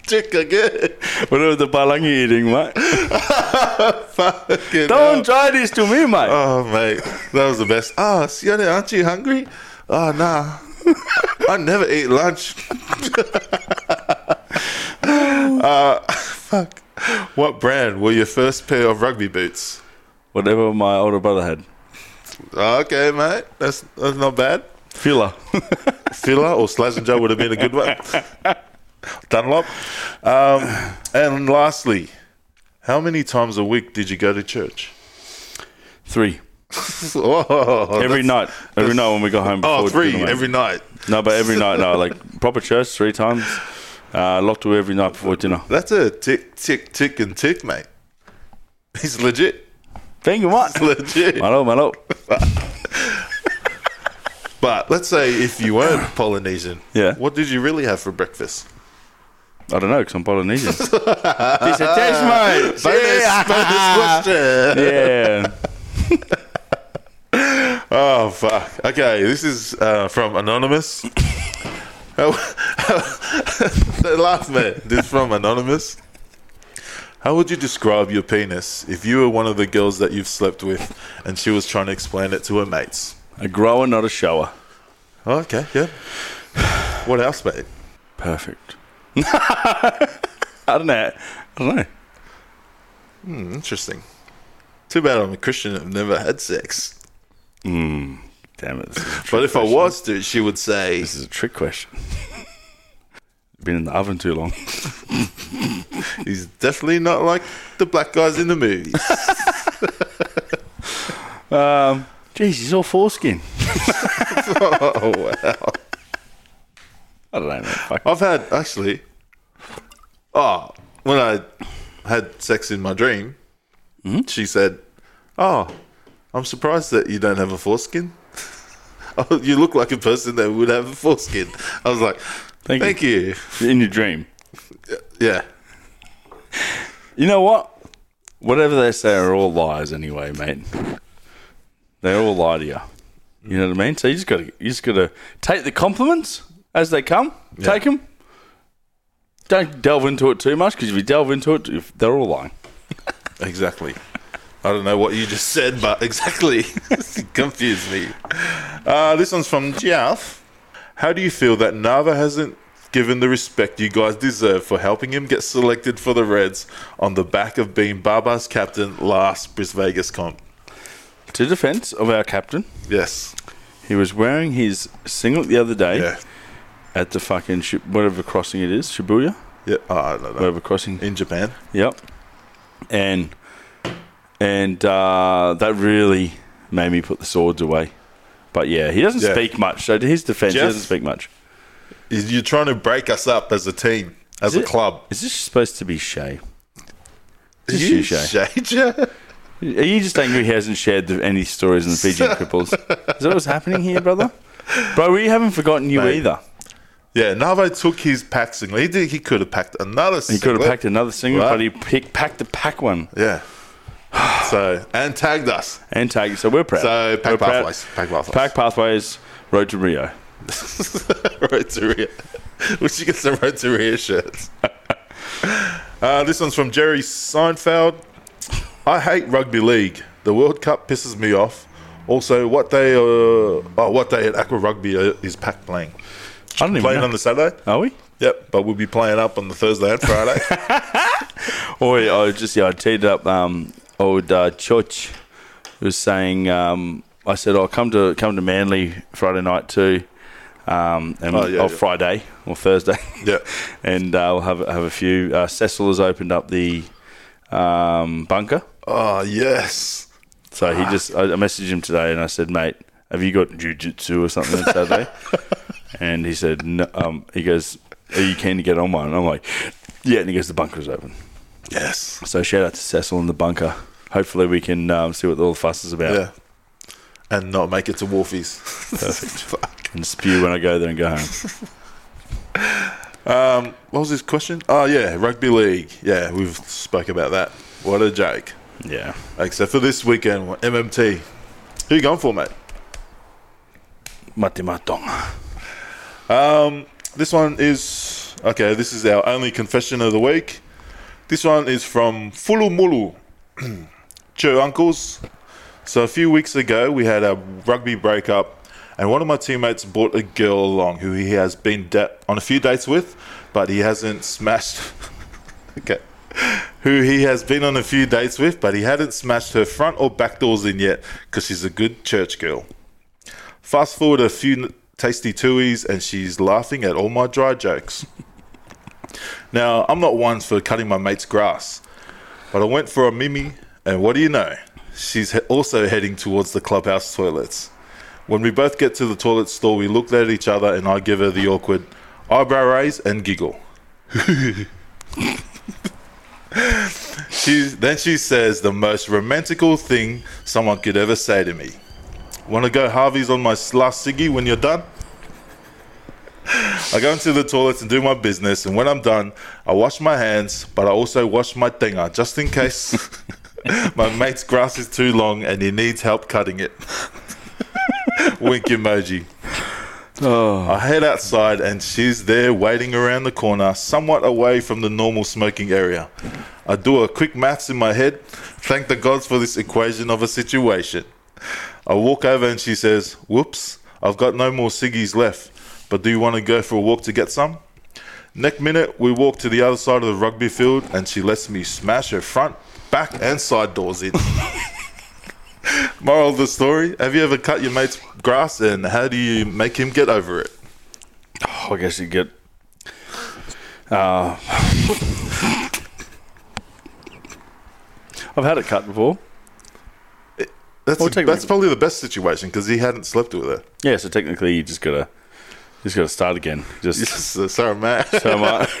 Dick again. Whatever uh, the balangi <laughs> eating, mate. Fucking Don't hell. try this to me, mate. Oh mate. That was the best. Ah, oh, Sione, aren't you hungry? Oh nah. I never eat lunch. <laughs> uh fuck. What brand were your first pair of rugby boots? Ah, Whatever my older brother had. Okay, mate. That's that's not bad. Filler. Filler or Slazenger would have been a good <laughs> one. Dunlop. Um, and lastly, how many times a week did you go to <laughs> church? <laughs> Three. Oh, Every that's- night. Every that's- night when we got home. Oh, before three dinner, mate. every night. No, but every night, no. Like proper church three times. Uh, locked to every night before dinner. That's a tick, tick, tick, and tick, mate. He's legit. Thank you, mate. <laughs> Legit. Hello, hello. But let's say if you weren't Polynesian, Yeah. what did you really have for breakfast? I don't know, because <laughs> I'm Polynesian. it's a test, mate. Bonus, bonus question. <laughs> Yeah. Oh fuck. Okay, this is uh, from anonymous. How, <laughs> they laugh, man. This is from Anonymous. How would you describe your penis if you were one of the girls that you've slept with and she was trying to explain it to her mates? A grower, not a shower. Oh, okay, yeah. What else, mate? Perfect. <laughs> I don't know. I don't know. Interesting. Too bad I'm a Christian and I've never had sex. Damn it. This is a trick But if I question. was, dude, she would <laughs> say, This is a trick question. Been in the oven too long. <laughs> he's definitely not like the black guys in the movies. Um, Jeez, he's all foreskin. <laughs> <laughs> oh, wow. I don't know, man. Fuck. I've had actually. Oh, when I had sex in my dream, she said, "Oh, I'm surprised that you don't have a foreskin. <laughs> Oh, you look like a person that would have a foreskin." I was like, Thank "Thank, you. you. In your dream. Yeah, You know what? Whatever they say are all lies anyway, mate. They all lie to you. You know what I mean? So you just got to you just got to take the compliments as they come. Take 'em. Take them. Don't delve into it too much because if you delve into it, if- they're all lying. exactly." I don't know what you just said, but exactly <laughs> confused me. Uh, this one's from Geoff. How do you feel that Nava hasn't given the respect you guys deserve for helping him get selected for the Reds on the back of being Barba's captain last Bris Vegas comp? To defence of our captain, Yes. he was wearing his singlet the other day Yeah. at the fucking Shib- whatever crossing it is, Shibuya, Yeah. Oh, I don't know. whatever crossing. In Japan. Yep. And and uh, that really made me put the swords away. But yeah, he doesn't Yeah. speak much. So to his defense, he Jeff- doesn't speak much. Is- You're trying to break us up as a team, as Is a it- club. Is this supposed to be Shay? Is you you Shay? Shay, Jeff? Are you just angry he hasn't shared the, any stories in <laughs> the Fijian cripples? Is that what's happening here, brother? Bro, we haven't forgotten you Mate. either. <laughs> Yeah, Navo took his pack single. He, did, he could have packed another He could have packed another single, Right. but he pick, packed the pack one Yeah. <sighs> So, and tagged us. <laughs> and tagged. So we're proud. So, We're pack proud. pathways. Pack pathways. Pack pathways. Road to Rio. Road to <laughs> Rio. We should get some Road to Rio shirts. <laughs> Uh, this one's from Jerry Seinfeld. I hate rugby league. The World Cup pisses me off. Also, what day? Uh, oh, what day at Aqua Rugby uh, is Pack <laughs> playing? I don't even Playing know. on the Saturday. Are we? Yep, but we'll be playing up on the Thursday and <laughs> Friday. Oh, yeah, I was just yeah, I teed up um, old uh, Choch was saying. Um, I said, "I'll come to come to Manly Friday night too, um, and Oh, yeah, yeah. or Friday or Thursday, Yeah. <laughs> and uh, we'll have have a few." Uh, Cecil has opened up the um, bunker, oh yes, so Ah. he just I, I messaged him today and I said, "Mate, have you got jujitsu or something <laughs> on Saturday?" and he said, no, um, "He goes, are you keen to get on one?" And I'm like, "Yeah," and he goes, "The bunker's open." yes, So shout out to Cecil in the bunker. Hopefully we can um, see what all the fuss is about yeah. And not make it to Wolfies. <laughs> Perfect. Fuck. and spew when I go there and go <laughs> home. Um, what was this question? Oh yeah, rugby league. Yeah, we've spoke about that. What a joke. yeah. Except for this weekend, MMT. Who you going for, mate? Mate matong. Um, this one is okay. This is our only confession of the week. This one is from Fulumulu, <clears throat> Chew Uncles. So a few weeks ago, we had a rugby breakup, and one of my teammates brought a girl along who he has been da- on a few dates with, but he hasn't smashed. <laughs> okay. Who he has been on a few dates with, but he hadn't smashed her front or back doors in yet because she's a good church girl. Fast forward a few n- tasty twoies, and she's laughing at all my dry jokes. now, I'm not one for cutting my mate's grass, but I went for a mimi, and what do you know? She's he- also heading towards the clubhouse toilets. When we both get to the toilet stall, we looked at each other, and I give her the awkward eyebrow raise and giggle. <laughs> she, then she says the most romantical thing someone could ever say to me. Want to go Harvey's on my last ciggy when you're done? I go into the toilets and do my business, and when I'm done, I wash my hands, but I also wash my dinger just in case my mate's grass is too long and he needs help cutting it. Wink emoji. I head outside and she's there waiting around the corner, somewhat away from the normal smoking area. I do a quick maths in my head, thank the gods for this equation of a situation. I walk over and she says, Whoops, I've got no more ciggies left, but do you want to go for a walk to get some? Next minute, we walk to the other side of the rugby field and she lets me smash her front, back, and side doors in. <laughs> Moral of the story Have you ever cut your mate's grass and how do you make him get over it? Oh, I guess you get. Uh, <laughs> I've had it cut before. That's, Well, take- that's probably the best situation because he hadn't slept with her. <laughs> Yeah, so technically you just gotta, just gotta start again. Just <laughs> Yes, uh, sorry, Matt. so much. <laughs>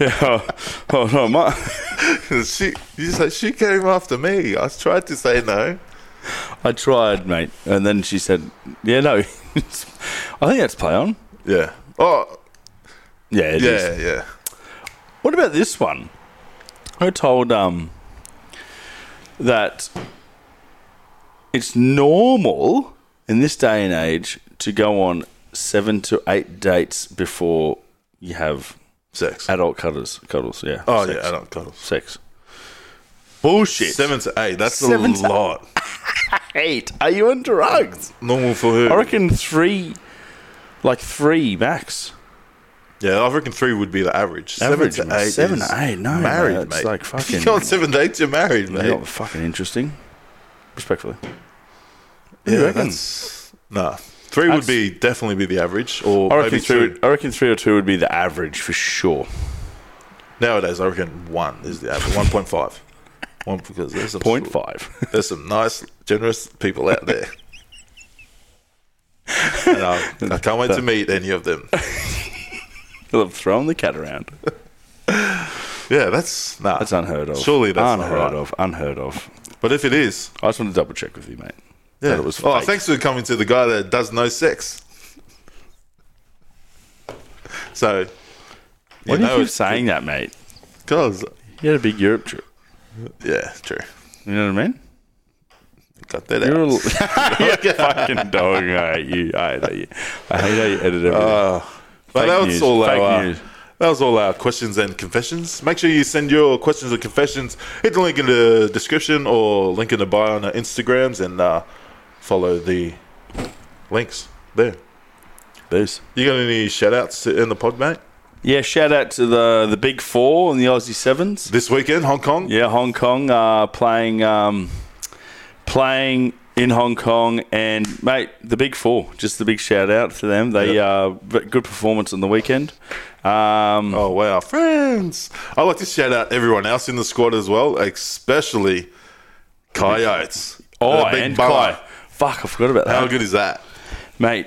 yeah. Oh, oh no, my. <laughs> she, you say she came after me. I tried to say no. I tried, mate, and then she said, "Yeah, no." <laughs> I think that's play on. Yeah. Oh, Yeah, it is. yeah, yeah. What about this one? I told um that it's normal in this day and age to go on seven to eight dates before you have Sex. adult cuddles. Cuddles, yeah. oh, sex. yeah, adult cuddles. Sex. Bullshit. Seven to eight. That's Seven a to- lot. Eight. Are you on drugs? Normal for her. I reckon three, like three max. yeah, I reckon three would be the average. Average, seven to man. eight. Seven is to eight, no, married, mate, it's mate. <laughs> like fucking- If you're on seven to eight, you're married, Mate. mate. fucking interesting. Respectfully. yeah, you reckon? that's nah. Three would That's- be definitely be the average, or I maybe reckon three. two. would- I reckon three or two would be the average for sure. Nowadays, I reckon one is the average. One point five. One because there's a Point five. <laughs> There's some nice, generous people out there. and I, I can't wait to meet any of <laughs> them. They'll have thrown the cat around. Yeah, that's nah. That's unheard of. Surely that's unheard not right. of. Unheard of. But if it is, I just want to double check with you, mate. yeah, it was Oh, fake. thanks for coming to the guy that does no sex. So, Why you do you know, keep it's saying that, mate? because You had a big Europe trip. yeah, true. You know what I mean? Got that <laughs> You're a <laughs> out. you fucking dog. I hate you. I hate you. I hate how you edit everything. Uh, But Fake that was news. all Fake our. news. That was all our questions and confessions. Make sure you send your questions and confessions. Hit the link in the description or link in the bio on our Instagrams and uh, follow the links there. Booze. You got any shout outs to end the pod, mate? Yeah, shout out to the the big four and the Aussie sevens. This weekend, Hong Kong? Yeah, Hong Kong uh, playing um, playing in Hong Kong, and mate, the big four. Just the big shout out to them. They uh, v- good performance on the weekend. Um, Oh, wow. Friends. I'd like to shout out everyone else in the squad as well, especially Coyotes. oh, That big and bummer. Kai. Fuck, I forgot about that, How good is that? mate.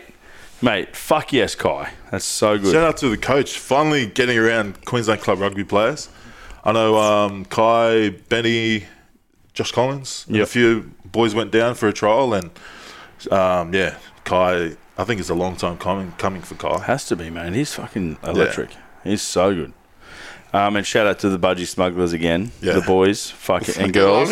Mate, fuck yes, Kai. That's so good. Shout out to the coach finally getting around Queensland Club rugby players. I know um, Kai, Benny, Josh Collins, and a Yep. few boys went down for a trial, and um, yeah, Kai. I think it's a long time coming coming for Kai. Has to be, man. He's fucking electric. He's so good. Um, and shout out to the budgie smugglers again. Yeah. The boys, fucking and girls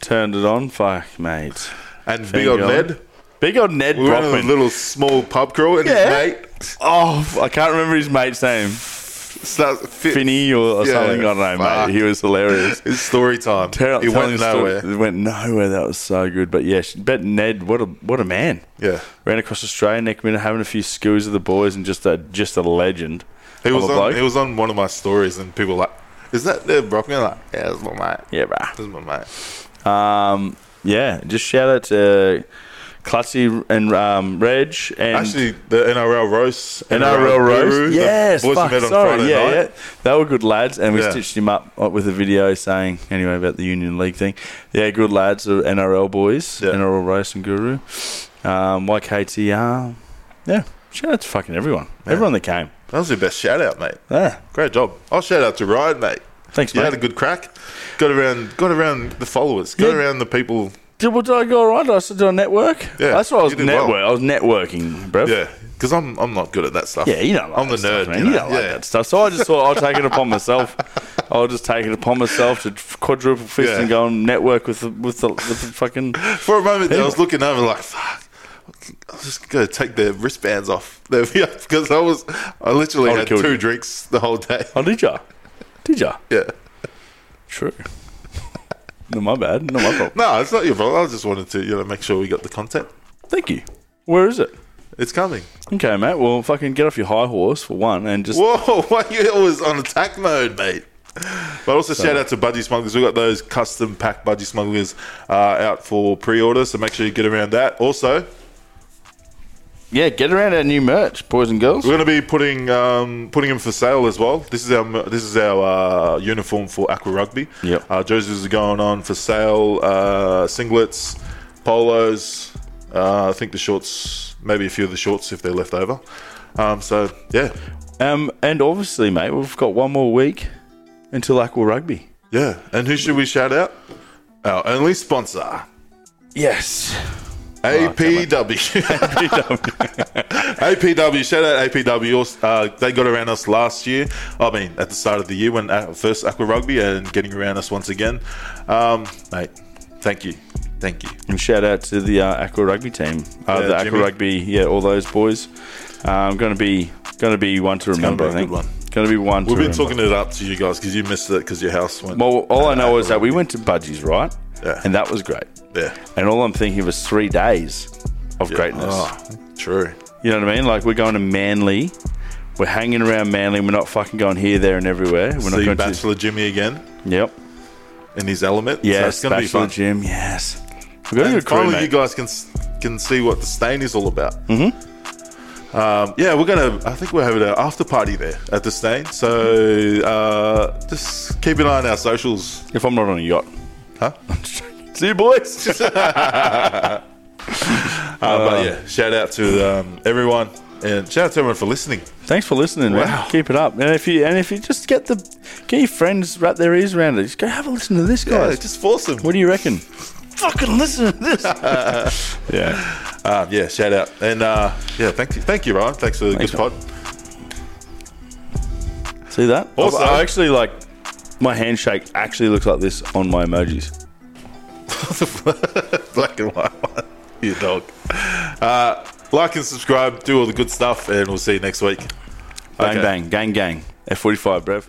turned it on. Fuck, mate. And big old you. Ned. Big old Ned We were in a Brockman. little small pub crawl, and Yeah. his mate Oh, f- I can't remember his mate's name. starts fit, Finney or, or Yeah, something. I don't know, fuck. mate. He was <laughs> hilarious. It's story time. Tell- it telling went the story- nowhere. It went nowhere. That was so good. But yeah, she- bet Ned, what a what a man. Yeah. Ran across Australia, Nick Minute, having a few skews of the boys, and just a just a legend. He of was a on. bloke. He was on one of my stories, and people were like, "Is that Ned Brockman?" I'm like, yeah, that's my mate. yeah, bruh. That's my mate. Um, yeah, just shout out to Clutzy and um, Reg and Actually, the NRL roast, NRL Roast. Guru, the Yes, boys fuck, we met on sorry, Friday yeah, night. yeah, they were good lads, and we Yeah. stitched him up uh, with a video saying anyway about the Union League thing. Yeah, good lads, the NRL boys, Yeah. NRL Roast and Guru, um, YKTR. Yeah, shout out to fucking everyone, everyone that came. That was your best shout out, mate. Yeah, Great job. I'll shout out to Ryan, mate. Thanks, You mate. had a good crack. Got around, got around the followers. Got Yeah. around the people. did, well, did I go all right? Did I still do a network? Yeah, that's what I was you did well. network. I was networking, bro. Yeah, because I'm, I'm not good at that stuff. Yeah, you don't like I'm that the nerd. stuff, man. You, don't like Yeah. that stuff. So I just thought I'll take it upon myself. I'll just take it upon myself to quadruple fist Yeah. and go and network with the, with the, with the fucking. oh, For a moment, there, I was looking over like, fuck. I was just going to take their <laughs> wristbands off. Because I was, I literally I had would've killed two you. drinks the whole day. Oh, did ya? Did ya? <laughs> Yeah. True. Not my bad. Not my problem. No, it's not your fault. I just wanted to, you know, make sure we got the content. Thank you. Where is it? It's coming. Okay, mate. Well, fucking get off your high horse for one, and just Whoa, <laughs> why are you always on attack mode, mate? But also shout out to Budgie Smugglers. We've got those custom pack Budgie Smugglers uh, out for pre-order, so make sure you get around that. Also, yeah, get around our new merch, boys and girls. we're going to be putting um, putting them for sale as well. This is our this is our uh, uniform for Aqua Rugby. Yep. Uh, jerseys are going on for sale. Uh, singlets, polos. Uh, I think the shorts, maybe a few of the shorts if they're left over. Um, so yeah, Um, and obviously, mate, we've got one more week until Aqua Rugby. yeah. And who should we shout out? Our only sponsor. Yes. Oh, <laughs> APW. <laughs> APW. Shout out APW. Uh, they got around us last year. I mean, at the start of the year when uh, first Aqua Rugby and getting around us once again. Um, mate, thank you. Thank you. And shout out to the uh, Aqua Rugby team, uh, Yeah, the Aqua Jimmy. Rugby, yeah, all those boys. Um, going to be going to be one to remember. be a I think good one. Going to be one. We've to been remember. talking it up to you guys because you missed it because your house went. Well, all I <laughs> know is that we went to Budgies, right? Yeah. And that was great. yeah. And all I'm thinking of is three days of greatness. Oh, true. You know what I mean? Like we're going to Manly, we're hanging around Manly. We're not fucking going here, there, and everywhere. We're See not going Bachelor Jimmy again to. Yep. in his element. So Yes. it's going to be bachelor fun. gym. Yes. We're going to And a crew, finally, mate. you guys can s- can see what the stain is all about. Mm-hmm. Um, yeah, we're gonna. I think we're having an after party there at the stain. So uh, just keep an eye on our socials. if I'm not on a yacht. Huh? I'm just joking. <laughs> See you, boys. Uh, but yeah, shout out to um, everyone and shout out to everyone for listening. Thanks for listening, Wow. man. Keep it up. And if you and if you just get the get your friends wrap their ears around it, just go have a listen to this, Yeah, guys. just force them. what do you reckon? Fucking listen to this. <laughs> yeah. Um, yeah, shout out and uh, yeah, thank you, thank you, Ryan. Thanks for the Thanks, good pod. See that? Also- I, I actually like my handshake actually looks like this on my emojis. <laughs> Black and white one. <laughs> you dog. Uh, like and subscribe. Do all the good stuff, and we'll see you next week. Bang Okay. bang, gang gang. F forty five, brev.